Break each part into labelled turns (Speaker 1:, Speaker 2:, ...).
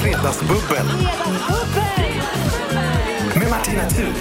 Speaker 1: Fredagsbubbel! Med Martina Thun.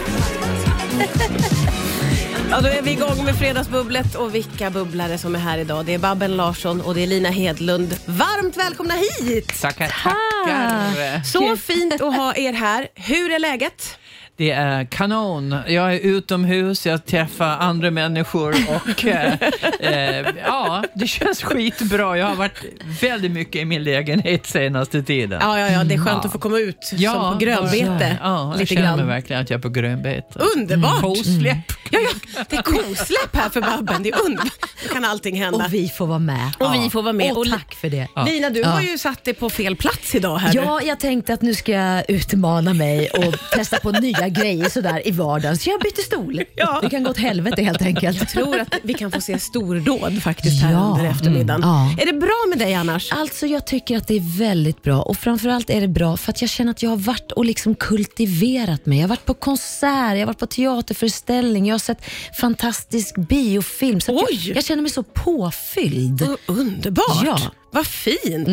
Speaker 2: Ja, då är vi igång med Fredagsbubblet och vilka bubblare som är här idag. Det är Babben Larsson och det är Lina Hedlund. Varmt välkomna hit!
Speaker 3: Tackar, tackar.
Speaker 2: Så fint att ha er här. Hur är läget?
Speaker 3: Det är kanon. Jag är utomhus, jag träffar andra människor och eh, eh, ja, det känns skitbra. Jag har varit väldigt mycket i min lägenhet senaste tiden.
Speaker 2: Ja, ja, ja det är skönt att få komma ut som på grönbete.
Speaker 3: Ja, jag
Speaker 2: lite
Speaker 3: känner
Speaker 2: grann.
Speaker 3: verkligen att jag är på grönbete.
Speaker 2: Underbart!
Speaker 4: Mm,
Speaker 3: Kosläpp.
Speaker 2: Ja, ja, det är kosläpp här för Babben. Det är underbart. Då kan allting hända.
Speaker 4: Och vi får vara med.
Speaker 2: Och vi får vara med.
Speaker 4: Och
Speaker 2: Och li-
Speaker 4: tack för det.
Speaker 2: Lina, du har ju satt dig på fel plats idag. Här nu.
Speaker 4: Ja, jag tänkte att nu ska jag utmana mig och testa på nya grejer sådär i vardagen. Så jag bytte stol.
Speaker 2: Ja.
Speaker 4: Det kan gå åt helvete helt enkelt.
Speaker 2: Jag tror att vi kan få se stordåd faktiskt här
Speaker 4: Ja.
Speaker 2: under eftermiddagen.
Speaker 4: Mm, ja.
Speaker 2: Är det bra med dig annars?
Speaker 4: Alltså jag tycker att det är väldigt bra och framförallt är det bra för att jag känner att jag har varit och liksom kultiverat mig. Jag har varit på konsert, jag har varit på teaterföreställning, jag har sett fantastisk biofilm. Så att
Speaker 2: Oj! Mm.
Speaker 4: jag, jag känner mig så påfylld.
Speaker 2: Och Underbart!
Speaker 4: Ja.
Speaker 2: Vad fint!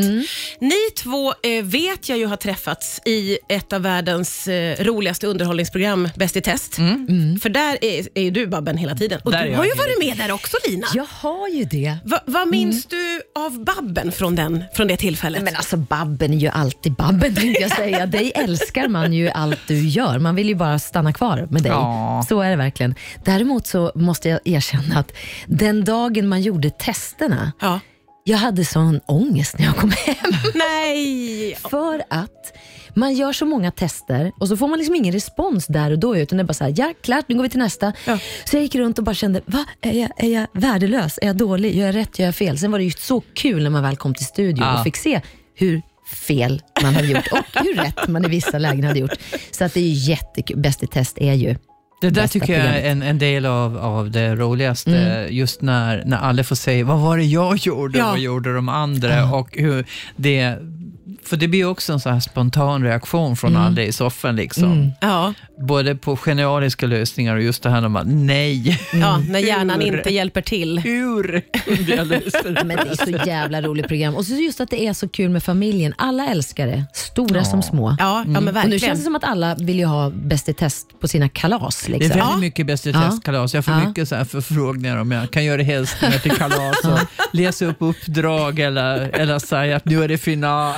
Speaker 2: Ni två eh, vet jag ju har träffats i ett av världens eh, roligaste underhållningsprogram, Bäst i test. För där är, är ju du Babben hela tiden. Och
Speaker 3: Där är
Speaker 2: du
Speaker 3: jag
Speaker 2: har ju
Speaker 3: hela
Speaker 2: varit med där också Lina.
Speaker 4: Jag har ju det.
Speaker 2: Va, vad minns du av Babben från, den, från det tillfället?
Speaker 4: Men alltså Babben är ju alltid Babben tänkte jag säga. Dig älskar man ju allt du gör. Man vill ju bara stanna kvar med dig.
Speaker 3: Ja.
Speaker 4: Så är det verkligen. Däremot så måste jag erkänna att den dagen man gjorde testerna,
Speaker 2: ja.
Speaker 4: jag hade sån ångest när jag kom hem.
Speaker 2: Nej!
Speaker 4: För att man gör så många tester och så får man liksom ingen respons där och då, utan det är bara så här, ja, klart, nu går vi till nästa.
Speaker 2: Ja.
Speaker 4: Så jag gick runt och bara kände, va, är jag, är jag värdelös? Är jag dålig? Gör jag rätt? Gör jag fel? Sen var det ju så kul när man väl kom till studion
Speaker 3: Ja.
Speaker 4: och fick se hur fel man hade gjort och hur rätt man i vissa lägen hade gjort. Så att det är ju jättekul. Bäst i test är ju
Speaker 3: Det där
Speaker 4: Bästa
Speaker 3: tycker jag är
Speaker 4: programmet.
Speaker 3: en, en del av, av det roligaste, just när, när alla får säga vad var det jag gjorde
Speaker 2: Mm. Ja.
Speaker 3: och vad gjorde de andra? Och hur det, för det blir också en så här spontan reaktion från
Speaker 2: Mm.
Speaker 3: alla i soffan. Liksom.
Speaker 2: Ja.
Speaker 3: Både på genialiska lösningar och just det här med att nej,
Speaker 2: ja, när hjärnan
Speaker 3: Hur?
Speaker 2: inte hjälper till.
Speaker 3: hur kunde jag lösa det?
Speaker 4: Ja, Men det är så jävla roligt program. Och så just att det är så kul med familjen. Alla älskar det, stora som små.
Speaker 2: Ja, ja men
Speaker 4: Och nu
Speaker 2: verkligen.
Speaker 4: känns det som att alla vill ju ha Bäst i test på sina kalas.
Speaker 3: Det är
Speaker 4: Liksom.
Speaker 3: väldigt
Speaker 2: Ja.
Speaker 3: mycket Bäst i
Speaker 4: Ja.
Speaker 3: testkalas. Jag får
Speaker 4: Ja.
Speaker 3: mycket så här förfrågningar om jag kan göra hälsningar till kalas och läsa upp uppdrag eller, eller säga att nu är det final.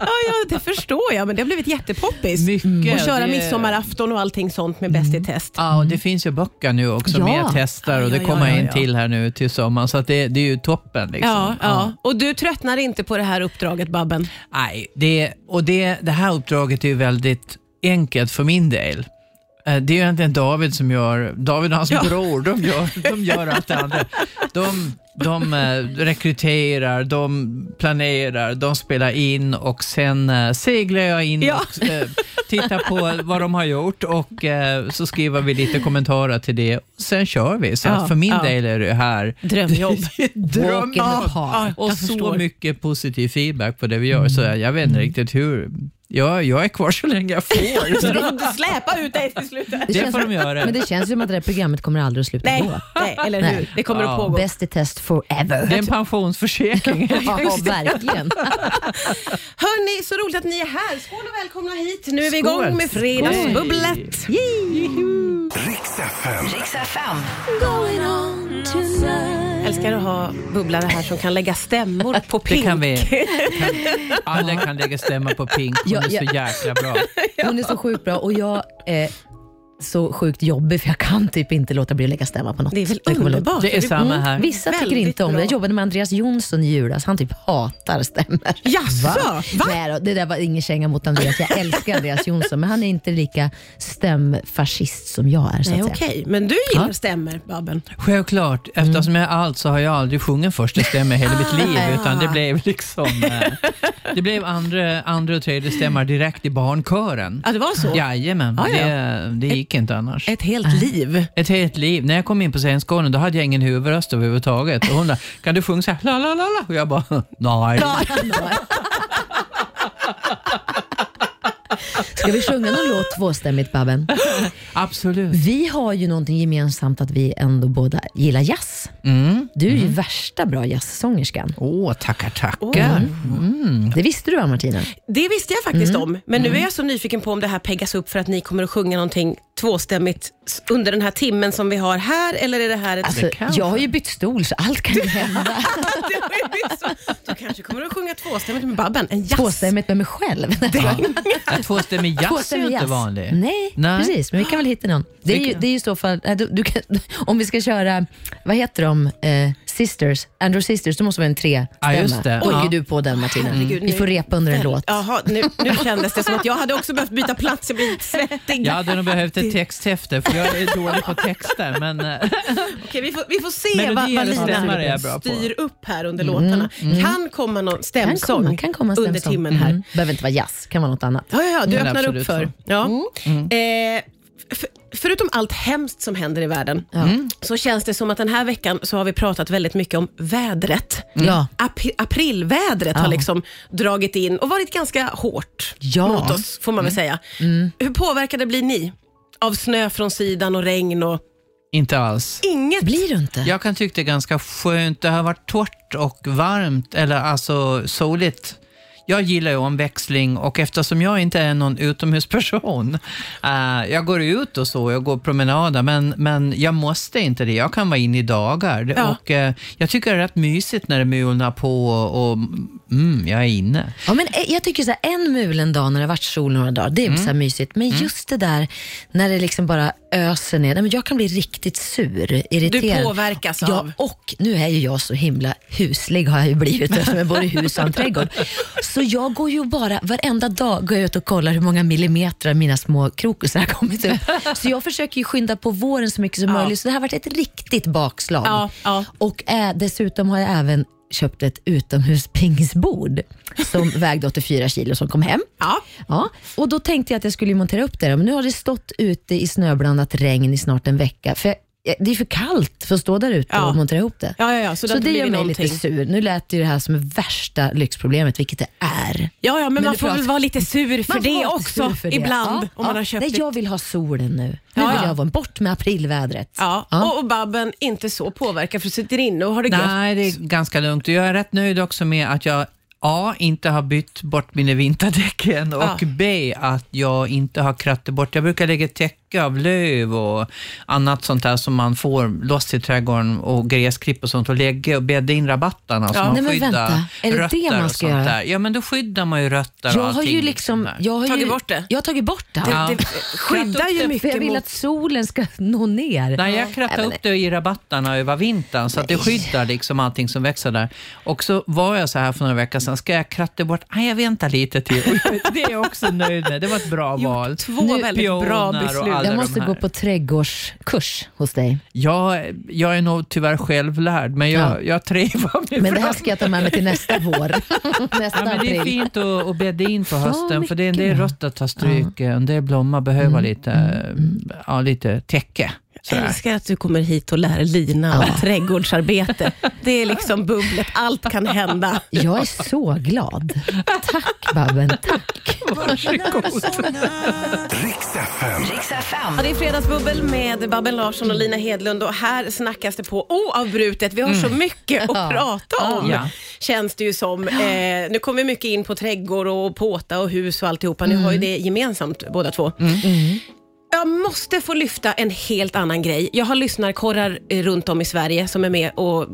Speaker 2: Ja, ja, det förstår jag, men det har blivit jättepoppis.
Speaker 3: Mycket.
Speaker 2: Och köra
Speaker 3: Det-
Speaker 2: midsommarafton och allting sånt med Bäst i test.
Speaker 3: Ja, och det finns ju böcker nu också
Speaker 4: Ja.
Speaker 3: med tester och det
Speaker 2: Ja, ja,
Speaker 3: kommer
Speaker 2: ja, ja,
Speaker 3: in
Speaker 2: ja.
Speaker 3: till här nu till sommaren så att det, det är ju toppen. Liksom.
Speaker 2: Ja, ja. Och du tröttnar inte på det här uppdraget Babben?
Speaker 3: Nej, det, och det, det här uppdraget är ju väldigt enkelt för min del. Eh, Det är ju egentligen David som gör, David och hans bror, de gör, de gör allt det andra. De, de eh, rekryterar, de planerar, de spelar in och sen eh, seglar jag in
Speaker 2: Ja.
Speaker 3: och eh, tittar på vad de har gjort och eh, så skriver vi lite kommentarer till det. Sen kör vi, så
Speaker 2: Ja,
Speaker 3: att för min
Speaker 2: ja.
Speaker 3: del är det här
Speaker 2: Drömjobb.
Speaker 3: drömmen.
Speaker 4: Walk in the park.
Speaker 2: Ja,
Speaker 3: Och
Speaker 2: jag
Speaker 3: så
Speaker 2: förstår.
Speaker 3: mycket positiv feedback på det vi gör, så jag, jag vet inte riktigt hur. Jag, jag är kvar så länge jag får. Så
Speaker 2: Du
Speaker 3: det,
Speaker 2: får släpa ut dig till slut.
Speaker 4: Det
Speaker 3: det
Speaker 4: känns
Speaker 3: får
Speaker 4: som-
Speaker 3: de göra.
Speaker 4: Men det känns ju som att det där programmet kommer aldrig att sluta
Speaker 2: Nej,
Speaker 4: gå.
Speaker 2: nej, eller hur?
Speaker 4: Nej.
Speaker 2: Det kommer att
Speaker 3: Ja.
Speaker 2: pågå.
Speaker 4: Bäst i test forever.
Speaker 3: Det är en pensionsförsäkring.
Speaker 4: Ja, verkligen.
Speaker 2: Hörni, så roligt att ni är här. Skål och välkomna hit. Nu är vi
Speaker 3: Skål.
Speaker 2: igång med Fredagsbubblet.
Speaker 1: Riks FM.
Speaker 2: Älskar att ha bubblare här som kan lägga stämmor på
Speaker 3: Det
Speaker 2: pink.
Speaker 3: kan vi. Kan, alla kan lägga stämma på Pink. Hon
Speaker 4: Ja,
Speaker 3: är så jäkla bra.
Speaker 4: Hon är så sjukt bra och jag är så sjukt jobbig för jag kan typ inte låta bli att lägga stämma på något.
Speaker 2: Det är väl
Speaker 4: kommer låta-
Speaker 2: underbart?
Speaker 3: Det är samma
Speaker 4: Mm,
Speaker 3: här.
Speaker 4: vissa tycker
Speaker 2: Väldigt
Speaker 4: inte om det.
Speaker 2: bra.
Speaker 4: Jag jobbade med Andreas Jonsson i julas. Han typ hatar stämmer.
Speaker 2: Jaså? Va?
Speaker 4: Nej då, det där var ingen känga mot Andreas. Jag älskar Andreas Jonsson, men han är inte lika stämfascist som jag är. Så att
Speaker 2: Nej,
Speaker 4: säga.
Speaker 2: okej. Men du gillar
Speaker 4: Ja.
Speaker 2: stämmer, Babben.
Speaker 3: Självklart, eftersom jag är allt så har jag aldrig sjungit första stämma i hela mitt liv, utan det blev liksom... eh, Det blev andra, andra och tredje stämmar direkt i barnkören.
Speaker 2: Ja, det var så?
Speaker 3: Jajamän,
Speaker 2: Alltså. Ja, ja.
Speaker 3: Det, det gick inte annars.
Speaker 2: Ett helt liv.
Speaker 3: Ett helt liv. När jag kom in på scenskolan då hade jag ingen huvudröst överhuvudtaget. Och hon där, kan du sjunga så här, la la la la? Och jag bara, nej.
Speaker 4: Ska vi sjunga någon låt tvåstämmigt Babben?
Speaker 3: Absolut.
Speaker 4: Vi har ju någonting gemensamt att vi ändå båda gillar jazz.
Speaker 3: Mm.
Speaker 4: Du är ju värsta bra jazzsångerskan. Mm.
Speaker 3: Åh, tackar, tackar. Mm.
Speaker 4: Det visste du va Martina?
Speaker 2: Det visste jag
Speaker 4: Mm.
Speaker 2: faktiskt om, men nu är jag så nyfiken på om det här peggas upp för att ni kommer att sjunga någonting tvåstämmigt s- under den här timmen som vi har här, eller är det här ett...
Speaker 4: Alltså,
Speaker 3: kan
Speaker 4: jag har ju bytt stol så allt kan ju hända.
Speaker 2: du kanske kommer att sjunga tvåstämmigt med Babben, en jazz.
Speaker 4: Tvåstämmigt med mig själv.
Speaker 3: Ja, Tvåstämmig jazz är ju
Speaker 4: Tvåstämmig
Speaker 3: inte
Speaker 4: jazz.
Speaker 3: vanlig.
Speaker 4: Nej, precis. Men vi kan väl hitta någon. Det är ju, det är ju i så fall, nej, du, du kan, om vi ska köra, vad heter de, eh, Sisters, Andrew Sisters, då måste vara en tre
Speaker 3: Ja, just det.
Speaker 4: Oj,
Speaker 3: Ja.
Speaker 4: du på den Martina.
Speaker 2: Herregud,
Speaker 4: Mm. Vi
Speaker 2: nu-
Speaker 4: får repa under en låt.
Speaker 2: Jaha, nu, nu kändes det som att jag hade också behövt byta plats, jag blir svettig.
Speaker 3: Jag hade nog behövt ett texthäfte, för jag är dålig på texter. Men, eh,
Speaker 2: Okej, vi, får, vi får se
Speaker 3: Melodier
Speaker 2: vad vad
Speaker 3: eller stämmor är
Speaker 2: Lina
Speaker 3: jag bra på.
Speaker 2: styr upp här under låtarna. Kan komma någon
Speaker 4: Mm, Kan komma,
Speaker 2: stämsång
Speaker 4: kan komma en
Speaker 2: under
Speaker 4: stämsång.
Speaker 2: timmen här.
Speaker 4: Mm. Behöver inte vara jazz, kan vara något annat.
Speaker 2: Ja, ja, ja, du
Speaker 3: Men
Speaker 2: öppnar upp
Speaker 3: absolut
Speaker 2: för.
Speaker 3: så.
Speaker 2: Ja.
Speaker 4: Mm.
Speaker 2: Eh, f- förutom allt hemskt som händer i världen,
Speaker 4: Mm.
Speaker 2: så känns det som att den här veckan så har vi pratat väldigt mycket om vädret.
Speaker 4: Mm. Ja.
Speaker 2: Ap- aprilvädret har liksom dragit in och varit ganska hårt
Speaker 4: Ja. Mm.
Speaker 2: mot oss, får man väl säga. Hur påverkade blir ni av snö från sidan och regn och
Speaker 3: inte alls.
Speaker 2: inget?
Speaker 4: Blir du inte?
Speaker 3: Jag kan tycka det är ganska skönt. Det har varit torrt och varmt, eller alltså soligt. Jag gillar ju omväxling och eftersom jag inte är någon utomhusperson, eh, jag går ut och så, jag går promenader, men, men jag måste inte det. Jag kan vara inne i dagar.
Speaker 2: Ja.
Speaker 3: Och, eh, jag tycker det är rätt mysigt när det mulnar på och, och mm, jag är inne.
Speaker 4: Ja, men eh, jag tycker så här, en mulen dag när det har varit sol några dagar, det är så
Speaker 2: Mm.
Speaker 4: här mysigt. Men just det där när det liksom bara öser ner. Nej, men jag kan bli riktigt sur, irriterad.
Speaker 2: Du påverkas
Speaker 4: ja,
Speaker 2: av-
Speaker 4: och nu är ju jag så himla huslig har jag ju blivit eftersom jag bor i hus och en trädgård. Så jag går ju bara, varenda dag går jag ut och kollar hur många millimeter mina små krokusar har kommit ut. Så jag försöker ju skynda på våren så mycket som möjligt. Så det här har varit ett riktigt bakslag.
Speaker 2: Ja, ja.
Speaker 4: Och eh, dessutom har jag även köpt ett utomhuspingisbord som vägde 84 kilo som kom hem.
Speaker 2: Ja.
Speaker 4: Ja, och då tänkte jag att jag skulle montera upp det, men nu har det stått ute i snöblandat regn i snart en vecka. För jag, eh, det är för kallt för att stå där ute
Speaker 2: Ja.
Speaker 4: och montera ihop det.
Speaker 2: Ja, ja, ja, så det
Speaker 4: så
Speaker 2: har
Speaker 4: det
Speaker 2: inte
Speaker 4: gör mig
Speaker 2: blivit
Speaker 4: lite
Speaker 2: någonting.
Speaker 4: sur. Nu lät ju det här som värsta lyxproblemet, vilket det är.
Speaker 2: Ja, ja, men, man
Speaker 4: det
Speaker 2: får väl
Speaker 4: pratar-
Speaker 2: vara lite sur för
Speaker 4: Man får
Speaker 2: det
Speaker 4: vara
Speaker 2: också
Speaker 4: sur för det.
Speaker 2: ibland.
Speaker 4: Ja,
Speaker 2: om man
Speaker 4: ja.
Speaker 2: har köpt
Speaker 4: Nej,
Speaker 2: lite-
Speaker 4: jag vill ha solen nu. Nu
Speaker 2: Ja,
Speaker 4: vill
Speaker 2: ja.
Speaker 4: jag vara bort med aprilvädret.
Speaker 2: Ja, Och, och Babben inte så påverkad för du sitter inne och har det gött.
Speaker 3: Nej, det är ganska lugnt. Och Jag är rätt nöjd också med att jag A. Inte har bytt bort mina vinterdäck än och
Speaker 2: Ja.
Speaker 3: B. Att jag inte har krattat bort. Jag brukar lägga täcke av löv och annat sånt där som man får loss i trädgården och gräsklipp och sånt och lägga och bädda in rabatterna så
Speaker 2: Ja.
Speaker 3: man
Speaker 4: Nej, men
Speaker 3: skyddar
Speaker 4: vänta. Är det det
Speaker 3: rötter
Speaker 4: man
Speaker 3: och
Speaker 4: ska
Speaker 3: sånt
Speaker 4: göra?
Speaker 3: där. Ja, men då skyddar man ju rötter
Speaker 4: Jag
Speaker 3: och
Speaker 4: har
Speaker 3: allting.
Speaker 4: ju liksom...
Speaker 3: sånt där.
Speaker 4: Jag har
Speaker 2: Tagit
Speaker 4: ju,
Speaker 2: bort det?
Speaker 4: Jag har tagit bort det.
Speaker 3: Ja.
Speaker 2: Det skyddar ju
Speaker 4: För
Speaker 2: mycket
Speaker 4: jag vill
Speaker 2: mot...
Speaker 4: att solen ska nå ner.
Speaker 3: Nej, jag krattade
Speaker 4: Nej, men-
Speaker 3: upp det i rabatterna över vintern så att det skyddar liksom allting som växer där. Och så var jag så här för några veckor sedan, ska jag kratta bort? Nej, jag väntar lite till. Och det är jag också nöjd med. Det var ett bra val.
Speaker 2: Två väldigt bra
Speaker 3: Pioner och alla-
Speaker 2: beslut.
Speaker 4: Jag
Speaker 3: de
Speaker 4: måste
Speaker 3: här.
Speaker 4: gå på trädgårdskurs hos dig.
Speaker 3: Jag, jag är nog tyvärr självlärd, men jag,
Speaker 4: Ja.
Speaker 3: jag trevar mig
Speaker 4: Men det här ska jag ta med mig till nästa vår. nästa
Speaker 3: Ja, men det är
Speaker 4: april.
Speaker 3: fint att, att bädda in på hösten, för det är en del
Speaker 4: mycket. Mm,
Speaker 3: rötter tar stryk, eh, en del blommor behöver lite, eh, ja, lite täcke.
Speaker 2: Jag
Speaker 3: sådär.
Speaker 2: älskar att du kommer hit och lär Lina om trädgårdsarbete. Det är liksom bubblet, allt kan hända.
Speaker 4: Jag är så glad. Tack Babben, tack.
Speaker 1: Riks FM.
Speaker 2: Ja, det är Fredagsbubbel med Babben Larsson och Lina Hedlund och här snackas det på oavbrutet. Vi har så mycket att prata om,
Speaker 3: Mm. Ja.
Speaker 2: känns det ju som. Eh, nu kommer vi mycket in på trädgård och påta och hus och alltihopa. Ni har
Speaker 3: Mm.
Speaker 2: ju det gemensamt båda två. Jag måste få lyfta en helt annan grej. Jag har lyssnarkorrar eh, runt om i Sverige som är med och eh,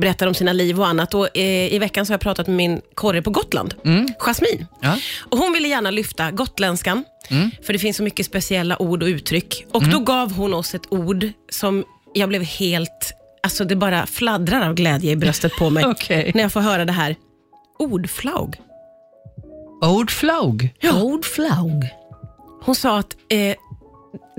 Speaker 2: berättar om sina liv och annat. Och, eh, I veckan så har jag pratat med min korre på Gotland, Jasmine.
Speaker 3: Mm. Ja.
Speaker 2: Och hon ville gärna lyfta gotländskan,
Speaker 3: Mm.
Speaker 2: för det finns så mycket speciella ord och uttryck. Och Då gav hon oss ett ord som jag blev helt... Alltså Det bara fladdrar av glädje i bröstet på mig
Speaker 3: Okej.
Speaker 2: när jag får höra det här. Ordflaug.
Speaker 3: Ordflaug.
Speaker 4: Ordflaug.
Speaker 2: Hon sa att eh,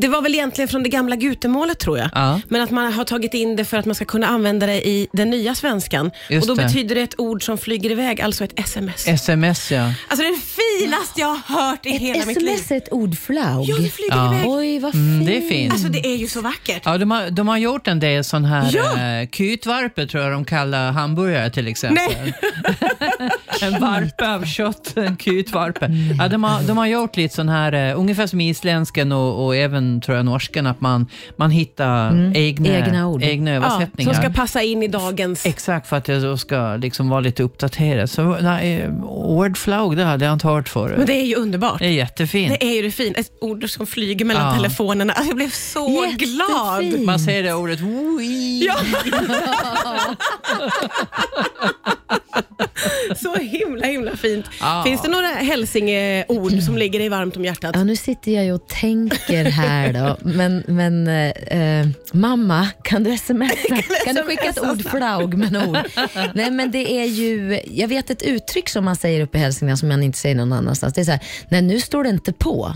Speaker 2: det var väl egentligen från det gamla gutemålet tror jag.
Speaker 3: Ja.
Speaker 2: Men att man har tagit in det för att man ska kunna använda det i den nya svenskan.
Speaker 3: Just
Speaker 2: och då
Speaker 3: det.
Speaker 2: betyder det ett ord som flyger iväg, alltså ett sms.
Speaker 3: Sms, ja.
Speaker 2: alltså det finaste jag har hört i hela mitt liv.
Speaker 4: Sms är ett ordflaug.
Speaker 2: Ja, det flyger
Speaker 3: Ja.
Speaker 2: iväg.
Speaker 4: Oj, vad
Speaker 3: Mm,
Speaker 4: fint.
Speaker 3: det är fint.
Speaker 2: Alltså det är ju så vackert.
Speaker 3: Ja, de har, de har gjort en del sån här
Speaker 2: Ja.
Speaker 3: eh, kytvarper tror jag de kallar hamburgare till exempel.
Speaker 2: Nej.
Speaker 3: en varpe av
Speaker 2: Mm.
Speaker 3: kött, en kytvarpe. Ja, de, har, de har gjort lite sån här, eh, ungefär som isländsken och, och även den tror jag norsken, att man, man hittar egna,
Speaker 4: Egna ord.
Speaker 3: egna
Speaker 2: Mm. Ja,
Speaker 3: översättningar.
Speaker 2: som ska passa in i dagens...
Speaker 3: Exakt, för att det då ska liksom vara lite uppdaterat. Så nej, ordflaug, det hade jag inte hört förut.
Speaker 2: Men det är ju underbart.
Speaker 3: Det är jättefint.
Speaker 2: Det är ju det fint. Ett ord som flyger mellan
Speaker 3: Ja.
Speaker 2: telefonerna. Alltså, jag blev så
Speaker 4: Jättefint.
Speaker 2: glad.
Speaker 3: Man säger det ordet oui.
Speaker 2: Ja. Så himla himla fint.
Speaker 3: Ja.
Speaker 2: Finns det några hälsingeord som ligger dig varmt om hjärtat?
Speaker 4: Ja, nu sitter jag ju och tänker här då. Men, men eh, eh, mamma, kan du smsa? Kan du skicka ett ord flaug med några ord? Nej, men det är ju, jag vet ett uttryck som man säger uppe i Hälsingland som man inte säger någon annanstans. Det är så här, nej nu står det inte på.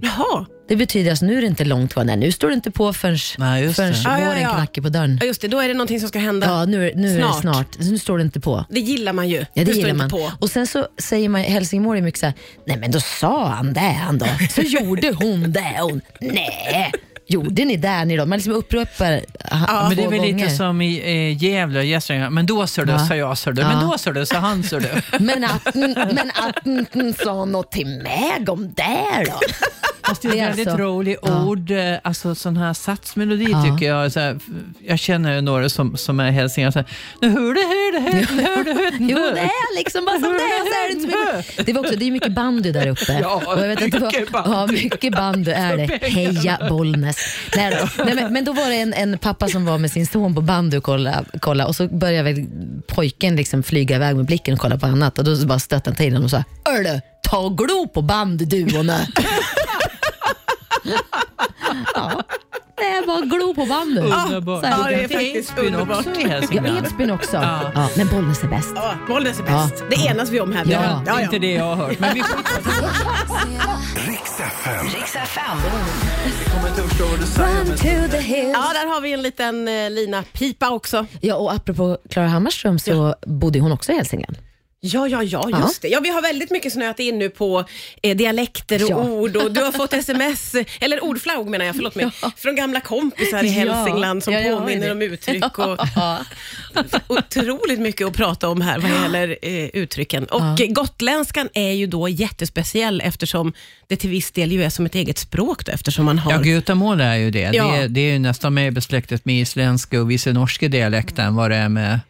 Speaker 2: Jaha.
Speaker 4: Det betyder alltså nu är det inte långt kvar. Nej, nu står det inte på förrän,
Speaker 3: Nej, just
Speaker 4: förrän
Speaker 3: det.
Speaker 2: Ja, ja,
Speaker 4: våren
Speaker 2: ja.
Speaker 4: knackar på dörren.
Speaker 2: Ja, just det. Då är det någonting som ska hända.
Speaker 4: Ja, nu, är- nu är
Speaker 2: Snart.
Speaker 4: det snart. Nu står det inte på.
Speaker 2: Det gillar man ju.
Speaker 4: Ja, det
Speaker 2: Du står
Speaker 4: gillar
Speaker 2: inte
Speaker 4: man.
Speaker 2: På.
Speaker 4: Och sen så säger man Helsingborg är mycket så här, nej men då sa han det han då. Så gjorde hon det hon. Nej, gjorde ni det ni då? Man liksom upprepar ja,
Speaker 3: men det är väl lite som i eh, Gävle och Gästrikland. Men då ser du,
Speaker 4: Ja.
Speaker 3: sa jag ser du. Men
Speaker 4: Ja.
Speaker 3: då ser du, sa han ser du.
Speaker 4: Men att, men att inte sa något till mig om det då?
Speaker 3: Fast det är
Speaker 4: Det är
Speaker 3: väldigt
Speaker 4: alltså-
Speaker 3: rolig
Speaker 4: ja.
Speaker 3: ord, eh, alltså sån här satsmelodi
Speaker 4: Ja.
Speaker 3: tycker jag. Så här, jag känner ju några som, som är hälsingar. Så här, nu hör du, hör du, hör du, hör du, hör du.
Speaker 4: Jo, det är liksom bara som det är. Så är det, inte så mycket. det, var också, det är mycket bandy där uppe.
Speaker 3: Ja,
Speaker 4: Och jag vet inte vad-
Speaker 3: mycket bandy.
Speaker 4: Ja, mycket bandy är det. Heja Bollnäs. Nej, då. Nej, men, men då var det en, en pappa som var med sin son på bandy och kolla, kolla och så började väl pojken liksom flyga iväg med blicken och kolla på annat och då så bara stötte han till honom och sa Hörru, ta och glo på bandy du och nu." Ja, det är bara glo på bandy.
Speaker 3: Underbart.
Speaker 4: så här.
Speaker 2: Ja, det är faktiskt
Speaker 3: Edsbyn
Speaker 2: underbart.
Speaker 3: också i
Speaker 4: Ja,
Speaker 3: Hälsingland.
Speaker 4: Edsbyn också.
Speaker 3: Ja.
Speaker 4: Ja. men Bollnäs är bäst.
Speaker 2: Ja, Bollnäs är bäst. Det enas vi om här.
Speaker 4: Ja.
Speaker 2: Björn.
Speaker 3: Det är inte det jag har hört. Men vi får
Speaker 1: Riks FM.
Speaker 4: Run to the hills.
Speaker 2: Ja, där har vi en liten eh, lina pipa också.
Speaker 4: Ja, och apropå Klara Hammarström så bodde hon också i Hälsingland.
Speaker 2: Ja, ja, ja, just det. Ja, vi har väldigt mycket snöat in nu på eh, dialekter och
Speaker 4: Ja.
Speaker 2: ord och du har fått sms, eller ordflaug menar jag, förlåt mig, från gamla kompisar i
Speaker 4: Ja.
Speaker 2: Hälsingland som
Speaker 4: Ja, jag har
Speaker 2: påminner
Speaker 4: det.
Speaker 2: om uttryck och otroligt mycket att prata om här vad gäller eh, uttrycken. Och eh, gotländskan är ju då jättespeciell eftersom det till viss del ju är som ett eget språk då, eftersom man har...
Speaker 3: Ja, Gutamål är ju det.
Speaker 2: Ja.
Speaker 3: Det, är, det är ju nästan mer besläktat med isländska och vice norska dialekten än vad det är med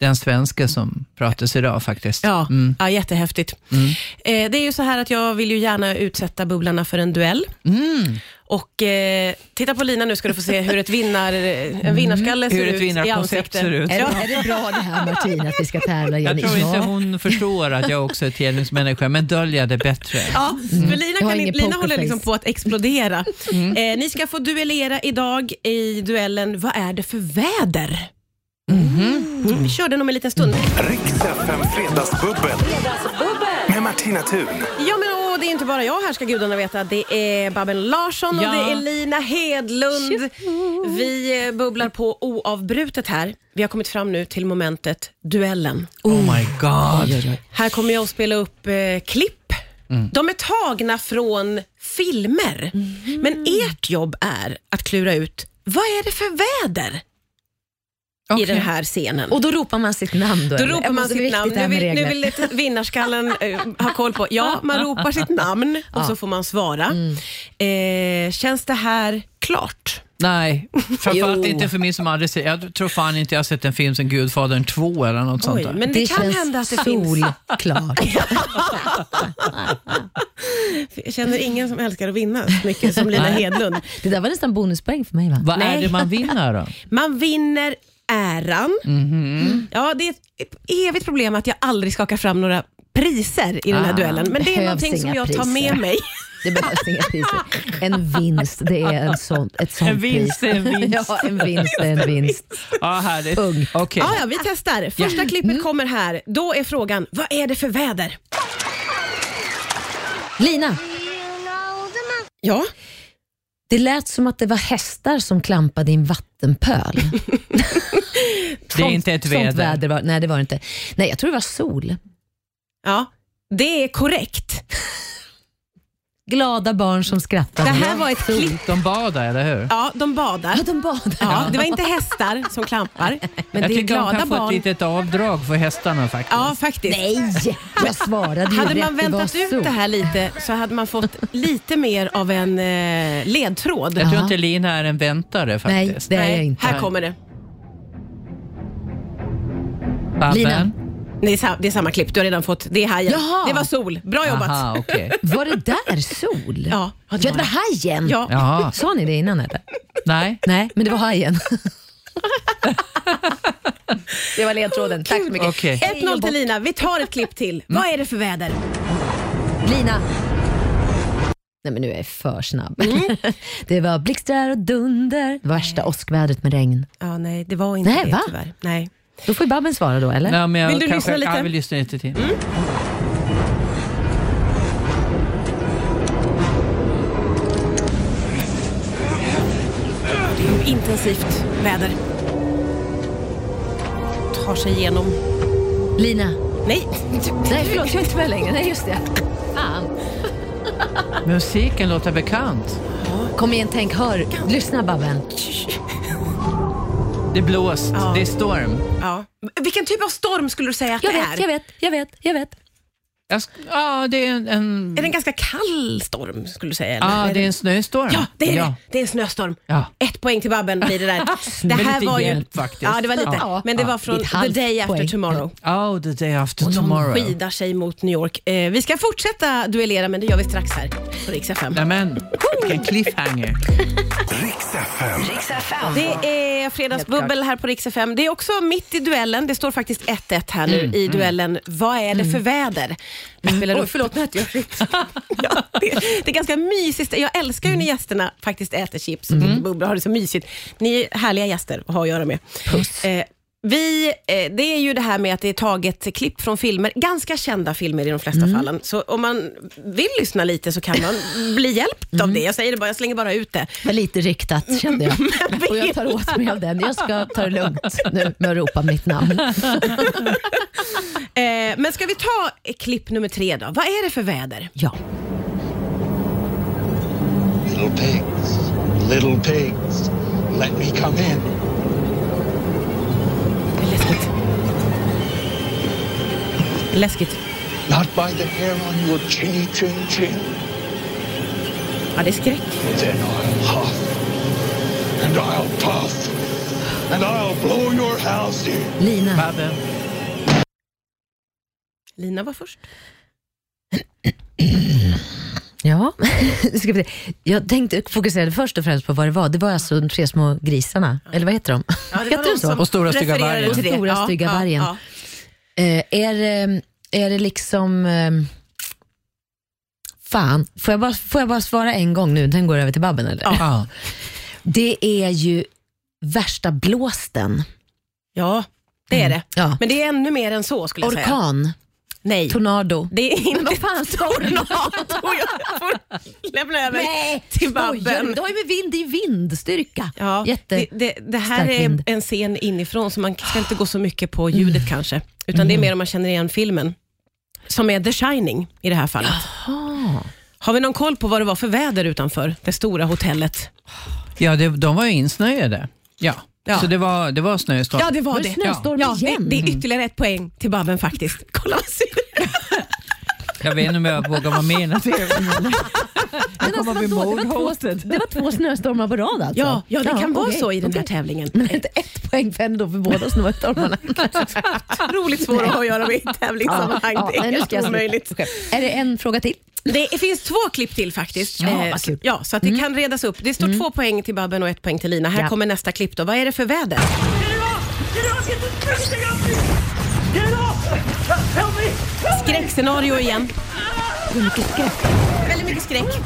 Speaker 3: den svenska som pratas idag faktiskt. Mm.
Speaker 2: Ja, ja jättehäftigt. Eh, det är ju så här att jag vill ju gärna utsätta bubblarna för en duell.
Speaker 3: Mm.
Speaker 2: Och eh, titta på Lina nu ska du få se hur ett vinnar, eh, en vinnarskalle ser
Speaker 3: Mm. Hur ett
Speaker 2: ut i
Speaker 3: vinnarkoncept
Speaker 2: ansiktet.
Speaker 3: ser ut. Mm.
Speaker 4: Är,
Speaker 2: Ja.
Speaker 4: är det bra det här Martin, att vi ska tävla igen?
Speaker 3: Jag tror inte
Speaker 4: ja.
Speaker 3: hon förstår att jag också är tävlingsmänniska, men dölja det bättre.
Speaker 2: Ja, för Lina,
Speaker 4: Jag har
Speaker 2: kan,
Speaker 4: ingen
Speaker 2: inte- Lina håller
Speaker 4: pokerface.
Speaker 2: liksom på att explodera.
Speaker 3: Mm.
Speaker 2: Eh, ni ska få duellera idag i duellen Vad är det för väder?
Speaker 3: Mhm.
Speaker 2: Mm. Vi kör den om en liten stund.
Speaker 1: Riks FM Fredagsbubbel. Med Martina Thun.
Speaker 2: Ja, men åh, det är inte bara jag här ska gudarna veta. Det är Babben Larsson
Speaker 3: Ja.
Speaker 2: och det är Lina Hedlund. Vi eh, bubblar på oavbrutet här. Vi har kommit fram nu till momentet duellen.
Speaker 3: Oh my god.
Speaker 2: Här kommer jag att spela upp eh, klipp. De är tagna från filmer.
Speaker 3: Mm.
Speaker 2: Men ert jobb är att klura ut vad är det för väder i
Speaker 3: Okej.
Speaker 2: den här scenen.
Speaker 4: Och då ropar man sitt namn då?
Speaker 2: Då
Speaker 4: eller?
Speaker 2: ropar
Speaker 4: Ja,
Speaker 2: man
Speaker 4: så det är
Speaker 2: sitt namn.
Speaker 4: viktigt det
Speaker 2: Nu
Speaker 4: här med
Speaker 2: vill, nu
Speaker 4: regler.
Speaker 2: vill lite vinnarskallen eh, ha koll på. Ja, man ropar sitt namn och så får man svara. Eh, känns det här klart?
Speaker 3: Nej, framförallt
Speaker 4: Jo.
Speaker 3: inte för mig som aldrig ser. Jag tror fan inte jag har sett en film som Gudfadern 2 eller något sånt
Speaker 2: Oj,
Speaker 3: där.
Speaker 2: men det, kan
Speaker 4: känns
Speaker 2: hända att det finns.
Speaker 4: solklart.
Speaker 2: Jag känner ingen som älskar att vinna så mycket som Lina Hedlund.
Speaker 4: Det där var nästan bonuspoäng för mig va?
Speaker 3: Vad
Speaker 2: Nej.
Speaker 3: är det man vinner då?
Speaker 2: Man vinner äran. Ja, det är ett evigt problem att jag aldrig skakar fram några priser i den här
Speaker 4: Ah,
Speaker 2: duellen. Men det är
Speaker 4: behövs
Speaker 2: någonting som
Speaker 4: inga
Speaker 2: jag tar med
Speaker 4: priser.
Speaker 2: mig.
Speaker 4: Det behövs inga priser. En vinst, det är en sån, ett sånt
Speaker 3: En vinst
Speaker 4: pris.
Speaker 3: är en vinst.
Speaker 4: ja, en vinst är en vinst.
Speaker 3: Ja, härligt.
Speaker 4: Ung.
Speaker 3: Okej.
Speaker 2: Ja, ja, vi testar. Första klippet kommer här. Då är frågan, vad är det för väder?
Speaker 4: Lina,
Speaker 2: Ja.
Speaker 4: det lät som att det var hästar som klampade i en vattenpöl.
Speaker 3: Det är inte ett
Speaker 4: sånt
Speaker 3: väder.
Speaker 4: väder var, nej, det var det inte. Nej, jag tror det var sol.
Speaker 2: Ja, det är korrekt.
Speaker 4: glada barn som skrattar.
Speaker 2: Det här var ett klipp.
Speaker 3: De badar, eller hur?
Speaker 2: Ja, de badar.
Speaker 4: Ja, de badar.
Speaker 2: Ja, det var inte hästar som klampar, men
Speaker 3: Jag
Speaker 2: det är
Speaker 3: tycker de
Speaker 2: glada
Speaker 3: kan få ett
Speaker 2: barn.
Speaker 3: litet avdrag för hästarna faktiskt.
Speaker 2: Ja, faktiskt.
Speaker 4: Nej, jag svarade ju
Speaker 2: Hade
Speaker 4: rätt.
Speaker 2: man väntat
Speaker 4: var
Speaker 2: ut
Speaker 4: så.
Speaker 2: det här lite så hade man fått lite mer av en eh, ledtråd.
Speaker 3: Jag tror
Speaker 4: Ja.
Speaker 3: inte Lina är en väntare
Speaker 4: Nej,
Speaker 3: faktiskt.
Speaker 4: det är jag
Speaker 2: Nej,
Speaker 4: inte.
Speaker 2: här kommer det.
Speaker 3: Babben?
Speaker 4: Lina.
Speaker 2: Det är, sa- det är samma klipp, du har redan fått. Det är hajen.
Speaker 4: Jaha.
Speaker 2: Det var sol. Bra jobbat.
Speaker 3: Aha, okej.
Speaker 4: Var det där sol?
Speaker 2: Ja,
Speaker 4: ja det var hajen.
Speaker 2: Ja.
Speaker 3: Jaha.
Speaker 4: Sa ni det innan eller?
Speaker 3: Nej.
Speaker 4: Nej, men det var hajen. det var ledtråden. Tack så mycket.
Speaker 3: Okej.
Speaker 2: 1-0 till Lina. Vi tar ett klipp till.
Speaker 4: Mm.
Speaker 2: Vad är det för väder?
Speaker 4: Lina. Nej men nu är jag för snabb.
Speaker 2: Mm.
Speaker 4: det var blixtar och dunder. Det var värsta åskvädret med regn.
Speaker 2: Ja, nej, det var inte
Speaker 4: Nej,
Speaker 2: det
Speaker 4: va?
Speaker 2: tyvärr. Nej.
Speaker 4: Då får ju Babben svara då eller?
Speaker 3: Nej, men jag
Speaker 2: Vill du
Speaker 3: kanske,
Speaker 2: lyssna lite? Mm.
Speaker 3: Ja, Jag vill lyssna lite till.
Speaker 2: Intensivt väder. Tar sig igenom.
Speaker 4: Lina.
Speaker 2: Nej,
Speaker 4: Nej förlåt, jag är inte med längre. Nej just det. Fan.
Speaker 3: Musiken låter bekant.
Speaker 4: Kom igen, tänk, hör. Lyssna Babben.
Speaker 3: Det är blåst,
Speaker 2: Ja.
Speaker 3: det är storm.
Speaker 2: ja. Vilken typ av storm skulle du säga att
Speaker 4: Jag
Speaker 2: det
Speaker 4: vet,
Speaker 2: är?
Speaker 4: jag vet, jag vet, jag vet.
Speaker 3: Jag sk- ja, det är en... en
Speaker 2: Är det en ganska kall storm skulle du säga? Eller?
Speaker 3: ja,
Speaker 2: Är
Speaker 3: det är en snöstorm.
Speaker 2: Ja, det är
Speaker 3: ja.
Speaker 2: det. Det är en snöstorm.
Speaker 3: Ja.
Speaker 2: Ett poäng till Babben blir det där. Det
Speaker 3: Med lite hjälp faktiskt.
Speaker 2: Ja, det var lite.
Speaker 4: Ja.
Speaker 2: Men det
Speaker 4: Ja.
Speaker 2: var från
Speaker 4: Ditt
Speaker 2: The Day
Speaker 4: halvt
Speaker 2: After
Speaker 4: poäng.
Speaker 2: Tomorrow.
Speaker 3: Oh, the day after
Speaker 4: Och de
Speaker 3: tomorrow.
Speaker 2: Skidar sig mot New York. Eh, vi ska fortsätta duellera, men det gör vi strax här på Rix FM.
Speaker 3: Nämen, vilken cliffhanger.
Speaker 1: Riks FM.
Speaker 2: Det är fredagsbubbel här på Rix FM. Det är också mitt i duellen. Det står faktiskt 1-1 här nu i duellen. Vad är det för väder? Jag
Speaker 4: Mm.
Speaker 2: spelar upp. förlåt, nu jag ja, det, det är ganska mysigt. Jag älskar ju när gästerna faktiskt äter chips och dricker bubbla och har det så mysigt. Ni är härliga gäster att ha att göra med. Eh, vi, eh, det är ju det här med att det är taget klipp från filmer, ganska kända filmer i de flesta fallen. Så om man vill lyssna lite så kan man bli hjälpt av det. Jag säger det bara, jag slänger bara ut det.
Speaker 4: Var lite riktat kände jag.
Speaker 2: Men
Speaker 4: Och jag tar åt mig av den. Jag ska ta det lugnt nu med att ropa mitt namn.
Speaker 2: Eh, men ska vi ta eh, klipp nummer tre då? Vad är det för väder?
Speaker 4: Ja.
Speaker 5: Little pigs, little pigs, let me come in.
Speaker 2: Det är Läskigt. Läskigt.
Speaker 5: Not by the hair on your chinny chin chin.
Speaker 2: Ja, det är skräck.
Speaker 5: Then I'll huff, and I'll puff, and I'll blow your house in.
Speaker 4: Lina.
Speaker 3: Babben.
Speaker 2: Lina var först.
Speaker 4: Ja. Ska vi se. Jag tänkte fokuserade först och främst på vad det var. Det var alltså de tre små grisarna. Eller vad heter de?
Speaker 2: Ja, det var
Speaker 4: heter
Speaker 2: någon
Speaker 4: de så?
Speaker 2: som
Speaker 3: Och stora stygga
Speaker 2: refererade
Speaker 3: vargen.
Speaker 2: till det.
Speaker 4: Och stora
Speaker 2: Ja,
Speaker 4: stygga
Speaker 2: ja,
Speaker 4: vargen.
Speaker 2: ja.
Speaker 4: Eh, är, det- är det liksom... Eh, fan, får jag, bara, får jag bara svara en gång nu? Den går över till Babben eller?
Speaker 3: Ja.
Speaker 4: Det är ju värsta blåsten.
Speaker 2: Ja, det är det.
Speaker 4: Mm, Ja.
Speaker 2: Men det är ännu mer än så skulle jag säga.
Speaker 4: Orkan,
Speaker 2: Nej.
Speaker 4: tornado.
Speaker 2: Det är inte
Speaker 4: Vad fan sa du?
Speaker 2: tornado. Jag får lämna över
Speaker 4: Nej,
Speaker 2: till
Speaker 4: skojar du?
Speaker 2: Babben.
Speaker 4: Det har ju med vind, det är ju vindstyrka.
Speaker 2: Ja,
Speaker 4: Jätte...
Speaker 2: det, det, det här
Speaker 4: stark
Speaker 2: är
Speaker 4: vind. Mm.
Speaker 2: en scen inifrån, så man ska inte gå så mycket på ljudet kanske. Utan det är mer om man känner igen filmen. Som är The Shining i det här fallet.
Speaker 4: Ah.
Speaker 2: Har vi någon koll på vad det var för väder utanför det stora hotellet?
Speaker 3: Ja, det, de var ju insnöade. Ja.
Speaker 2: Ja.
Speaker 3: så det var, det var snöstorm.
Speaker 2: Ja, det var
Speaker 4: Var det
Speaker 2: det.
Speaker 4: snöstorm
Speaker 2: ja,
Speaker 4: igen?
Speaker 2: Det, det är ytterligare ett poäng till Babben faktiskt. Kolla vad sur
Speaker 3: Jag vet inte om jag vågar vara med i den här tävlingen.
Speaker 4: Men
Speaker 3: kommer bli
Speaker 4: vadå? alltså, det, var två,
Speaker 3: mordhotet.
Speaker 4: det var två snöstormar på rad alltså?
Speaker 2: Ja, ja, det kan vara
Speaker 4: okej,
Speaker 2: så i den här
Speaker 4: okej.
Speaker 2: tävlingen.
Speaker 4: Men inte ett poäng för henne då för båda snöstormarna.
Speaker 2: Otroligt svårt att ha att göra med i tävlingssammanhang.
Speaker 4: Ja,
Speaker 2: det är
Speaker 4: nej, nu
Speaker 2: helt
Speaker 4: ska jag sluta.
Speaker 2: omöjligt.
Speaker 4: Okej. Är det en fråga till?
Speaker 2: Det finns två klipp till faktiskt.
Speaker 4: Ja, vad
Speaker 2: Eh, så-
Speaker 4: kul. Mm.
Speaker 2: ja, så att det kan redas upp. Det står två poäng till Babben och ett poäng till Lina. Här
Speaker 4: Ja.
Speaker 2: kommer nästa klipp då. Vad är det för väder?
Speaker 6: Get it off! Get it off! Get the freaking thing off me! Get it off! Help me! Help me!
Speaker 2: Skräckscenario igen. Väldigt mycket skräck.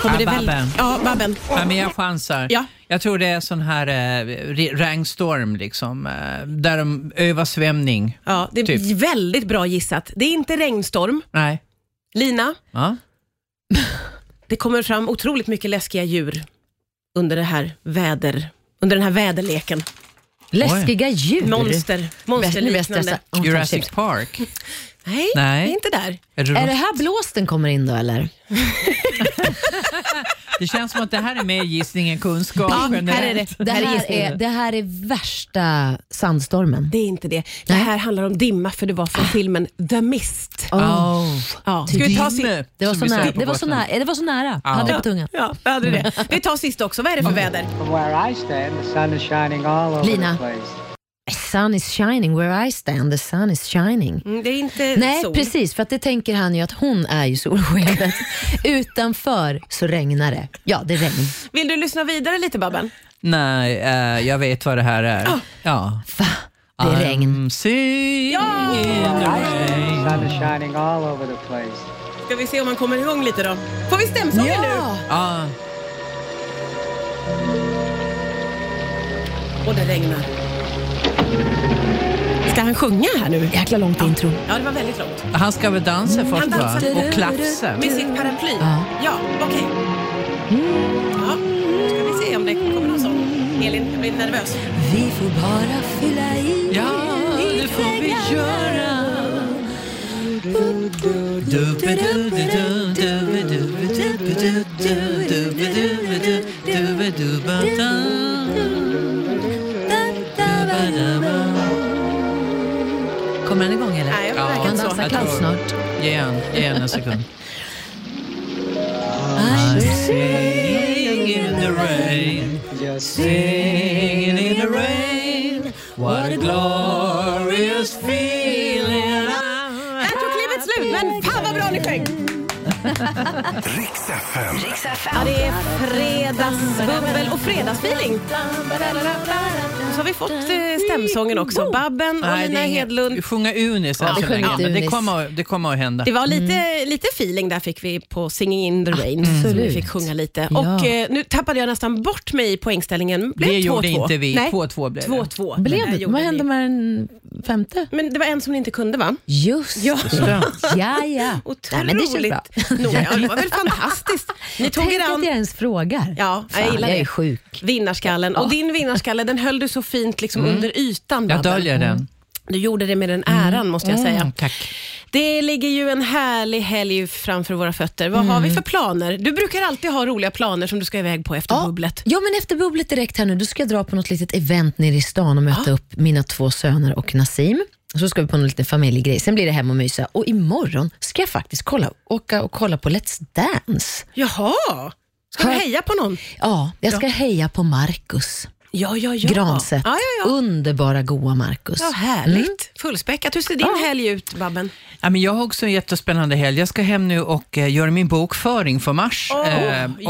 Speaker 2: Kommer det
Speaker 3: Ja,
Speaker 2: väl-
Speaker 3: Babben.
Speaker 2: Ja, Babben.
Speaker 3: Ja, men jag chansar.
Speaker 2: Ja.
Speaker 3: Jag tror det är sån här eh, re- regnstorm, liksom, eh, där de övar svämning.
Speaker 2: Ja, det är
Speaker 3: Typ.
Speaker 2: väldigt bra gissat. Det är inte regnstorm.
Speaker 3: Nej.
Speaker 2: Lina,
Speaker 3: Ja.
Speaker 2: det kommer fram otroligt mycket läskiga djur under, det här väder, under den här väderleken.
Speaker 4: Läskiga djur.
Speaker 2: Monster.
Speaker 4: Nu blir jag
Speaker 2: Monsterliknande.
Speaker 4: stressad. Oh,
Speaker 3: Jurassic
Speaker 4: shit.
Speaker 3: Park?
Speaker 2: Nej,
Speaker 3: Nej.
Speaker 2: det är inte där.
Speaker 3: Är det,
Speaker 4: Är det här blåsten kommer in då eller?
Speaker 3: det känns som att det här är mer gissning än kunskap.
Speaker 4: här
Speaker 3: generellt.
Speaker 4: är det. Det här är, det här är värsta sandstormen.
Speaker 2: Det är inte det. Det här handlar om dimma för det var från filmen The Mist.
Speaker 3: Oh.
Speaker 2: Ja. Ska vi ta sist?
Speaker 3: Dimme,
Speaker 4: Det var
Speaker 3: som
Speaker 4: så
Speaker 3: vi säger
Speaker 4: nära.
Speaker 3: på
Speaker 4: Det var så
Speaker 3: Gotland.
Speaker 4: nära. Det var så nära. Jag Hade det på tungan.
Speaker 2: Ja, jag hade det. Vi tar sist också. Vad är det för väder?
Speaker 7: From where I stand, the sun is shining all over
Speaker 4: Lina.
Speaker 7: the place.
Speaker 4: The sun is shining where I stand, the sun is shining.
Speaker 2: Mm, Det är inte
Speaker 4: Nej,
Speaker 2: sol.
Speaker 4: precis. För att det tänker han ju att hon är ju solskenet. Utanför så regnar det. Ja, det regnar.
Speaker 2: Vill du lyssna vidare lite Babben?
Speaker 3: Nej, eh, jag vet vad det här är. Ja.
Speaker 4: Va? Det är regn.
Speaker 3: I'm singing in the rain.
Speaker 7: The sun is shining all over the place.
Speaker 2: Ska vi se om man kommer igång lite då? Får vi stämsången
Speaker 4: Ja!
Speaker 3: Ja,
Speaker 2: nu? Och det regnar. Ska han sjunga här nu?
Speaker 4: Jäkla långt intro.
Speaker 2: Ja, det var väldigt långt.
Speaker 3: han ska väl dansa först
Speaker 2: Han
Speaker 3: va?
Speaker 2: dansar.
Speaker 3: Och klafsa.
Speaker 2: Med sitt paraply?
Speaker 4: Ja.
Speaker 2: Ja, okej. Ja, ska vi se om det kommer någon sång. Elin, jag blir nervös.
Speaker 4: Vi får bara fylla i
Speaker 3: Ja, det får vi göra.
Speaker 4: Kommer den igång eller?
Speaker 2: Nej, jag
Speaker 3: Ja,
Speaker 4: Kan
Speaker 2: verkar
Speaker 4: dansa
Speaker 3: jag
Speaker 2: inte så.
Speaker 3: tror-
Speaker 4: klart snart.
Speaker 3: Ge en, ge en, en sekund.
Speaker 4: Nej.
Speaker 3: Singing in the rain, just singing in the rain. What a glorious feeling.
Speaker 2: Där tog klivet slut, men fan vad bra ni sjöng!
Speaker 1: Riks FM.
Speaker 2: Ja, det är fredagsbubbel och fredagsfeeling. Så har vi fått eh, stämsången också. Babben och
Speaker 3: Nej, det
Speaker 2: Lina
Speaker 3: är inget-
Speaker 2: Hedlund.
Speaker 3: Sjunga Unis än så
Speaker 4: sjunger
Speaker 3: länge,
Speaker 4: inte
Speaker 3: men det
Speaker 4: Unis.
Speaker 3: kommer, det kommer att hända.
Speaker 2: Det var lite,
Speaker 3: Mm.
Speaker 2: lite feeling där fick vi på Singing in the rain. Som vi
Speaker 4: Absolut.
Speaker 2: fick sjunga lite.
Speaker 4: Ja.
Speaker 2: Och eh, nu tappade jag nästan bort mig i poängställningen. Blev
Speaker 3: Det
Speaker 2: 2-2.
Speaker 3: gjorde inte vi.
Speaker 2: Nej.
Speaker 3: 2-2 blev det.
Speaker 2: 2-2.
Speaker 4: Blev
Speaker 2: Där
Speaker 4: det?
Speaker 2: gjorde
Speaker 4: Vad
Speaker 2: ni.
Speaker 4: hände med den femte?
Speaker 2: Men det var en som ni inte kunde va?
Speaker 4: Just
Speaker 2: Ja.
Speaker 4: det. Ja, ja.
Speaker 2: Otroligt.
Speaker 4: Nej, men det känns bra.
Speaker 2: Nå, ja, det var väl fantastiskt. Ni tog
Speaker 4: Tänk
Speaker 2: er
Speaker 4: att jag
Speaker 2: an
Speaker 4: ens frågar.
Speaker 2: Ja, jag
Speaker 4: Fan,
Speaker 2: gillar
Speaker 4: jag
Speaker 2: det.
Speaker 4: är sjuk.
Speaker 2: vinnarskallen. Och din vinnarskalle den höll du så fint liksom
Speaker 4: Mm.
Speaker 2: under ytan.
Speaker 3: Jag
Speaker 2: Babben.
Speaker 3: döljer den. Mm,
Speaker 2: Du gjorde det med den äran
Speaker 4: Mm.
Speaker 2: måste Mm, jag säga.
Speaker 3: Tack.
Speaker 2: Det ligger ju en härlig helg framför våra fötter. Vad har
Speaker 4: Mm.
Speaker 2: vi för planer? Du brukar alltid ha roliga planer som du ska iväg på efter bubblet.
Speaker 4: Ja, men efter bubblet direkt här nu, då ska jag dra på något litet event nere i stan och möta upp mina två söner och Nassim. Så ska vi på någon liten familjegrej, sen blir det hem och mysa. Och imorgon ska jag faktiskt kolla, åka och kolla på Let's Dance.
Speaker 2: Jaha, ska du
Speaker 4: Hör-
Speaker 2: heja på någon?
Speaker 4: Ja, jag ska heja på Marcus
Speaker 2: Ja, ja, ja.
Speaker 4: Granset. Mm.
Speaker 2: Ja, ja, ja.
Speaker 4: Underbara, goa Marcus.
Speaker 2: ja härligt. Fullspäckat. Hur ser din helg ut, Babben?
Speaker 3: Ja, men jag har också en jättespännande helg. Jag ska hem nu och eh, göra min bokföring för mars.
Speaker 2: Åh,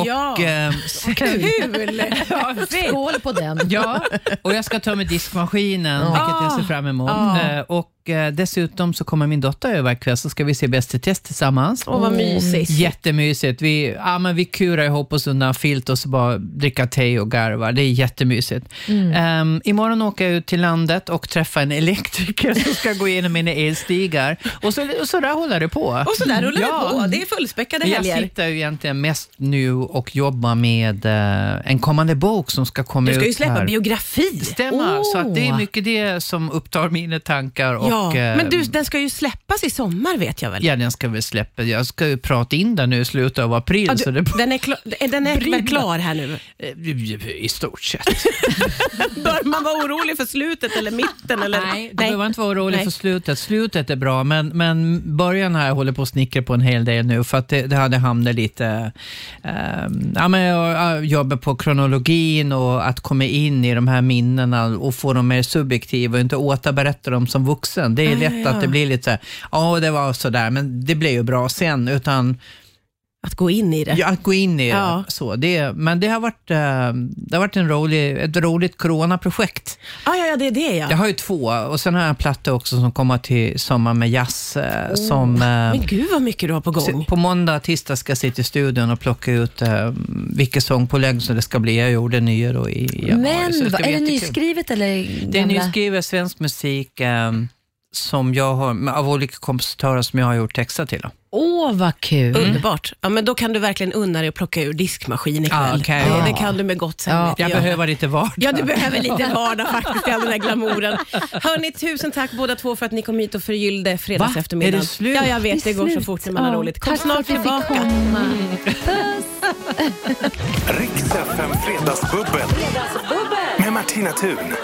Speaker 3: och,
Speaker 2: ja.
Speaker 3: eh,
Speaker 2: Kul!
Speaker 3: ja, visst.
Speaker 4: Mm. Skål på den.
Speaker 3: Ja, och jag ska ta med diskmaskinen, vilket jag ser fram emot. Eh, och eh, dessutom så kommer min dotter över ikväll, så ska vi se Bäst i test tillsammans.
Speaker 2: Åh, vad mysigt.
Speaker 3: Jättemysigt. Vi, ja, men vi kurar ihop oss undan filt och så bara dricka te och garva. Det är jättemysigt.
Speaker 2: Mm.
Speaker 3: Ehm, imorgon åker jag ut till landet och träffar en elektriker som ska gå igenom mina elstigar. Och så, och så där håller det på.
Speaker 2: Och så där rullar
Speaker 3: Ja.
Speaker 2: det på. Det är fullspäckade
Speaker 3: Men Jag
Speaker 2: helger.
Speaker 3: sitter ju egentligen mest nu och jobbar med eh, en kommande bok som ska komma
Speaker 2: Du
Speaker 3: ut
Speaker 2: ska ju släppa
Speaker 3: här.
Speaker 2: biografi.
Speaker 3: Stämmer, så att det är
Speaker 4: Åh.
Speaker 3: mycket det som upptar mina tankar. Och,
Speaker 2: Oh. Ja,
Speaker 3: eh,
Speaker 2: men du, den ska ju släppas i sommar vet jag väl?
Speaker 3: ja, den ska vi släppa. Jag ska ju prata in den nu i slutet av april.
Speaker 2: Ja,
Speaker 3: så det,
Speaker 2: du, den är, klar, den är väl klar här nu?
Speaker 3: Eh, I stort sett.
Speaker 2: Bör man vara orolig för slutet eller mitten? Eller?
Speaker 3: Nej, du behöver inte vara orolig
Speaker 2: Nej.
Speaker 3: för slutet. Slutet är bra, men, men början här håller på att snickra på en hel del nu, för att det, det hade hamnat lite... Eh, ja, men jag, jag jobbar på kronologin och att komma in i de här minnena och få dem mer subjektiva och inte återberätta dem som vuxen. Det är lätt att det blir lite så här, ja, det var sådär, men det blev ju bra sen, utan
Speaker 2: Att gå in i det.
Speaker 3: Ja, att gå in i
Speaker 2: Ja.
Speaker 3: det. Så det. Men det har varit, eh, det har varit en rolig, ett roligt coronaprojekt.
Speaker 2: Ah, ja, ja, det är det ja.
Speaker 3: Jag har ju två och sen har jag en platta också som kommer till sommar med jazz.
Speaker 4: Oh.
Speaker 3: eh, Som, eh,
Speaker 2: Men gud vad mycket du har på gång.
Speaker 3: si- på måndag och tisdag ska jag sitta i studion och plocka ut eh, vilket sångpålägg som det ska bli. Jag gjorde nya då i januari.
Speaker 4: Men
Speaker 3: så
Speaker 4: vad-
Speaker 3: ska
Speaker 4: är
Speaker 3: bli jättekul.
Speaker 4: det nyskrivet eller
Speaker 3: Det är
Speaker 4: gamla?
Speaker 3: nyskrivet svensk musik. eh, som jag har, men av olika kompositörer som jag har gjort texter till. då.
Speaker 4: Åh, vad kul.
Speaker 3: Mm.
Speaker 2: Underbart. Ja, men då kan du verkligen unna dig att plocka ur diskmaskin ikväll.
Speaker 3: Ah, okej.
Speaker 2: ja. Det kan du med gott samvete
Speaker 3: Jag
Speaker 2: göra.
Speaker 3: behöver lite vardag.
Speaker 2: Ja, du behöver lite vardag faktiskt i all den där glamouren. Hörni, tusen tack båda två för att ni kom hit och förgyllde fredagseftermiddagen.
Speaker 3: Va? Är det slut?
Speaker 2: Ja, jag vet. Det går så
Speaker 4: Slut.
Speaker 2: fort när man har
Speaker 4: Ja.
Speaker 2: roligt. Kom
Speaker 4: Tack för
Speaker 2: snart
Speaker 4: att vi fick
Speaker 2: tillbaka.
Speaker 4: komma.
Speaker 1: Riks FM Fredagsbubbel. Med Martina Thun.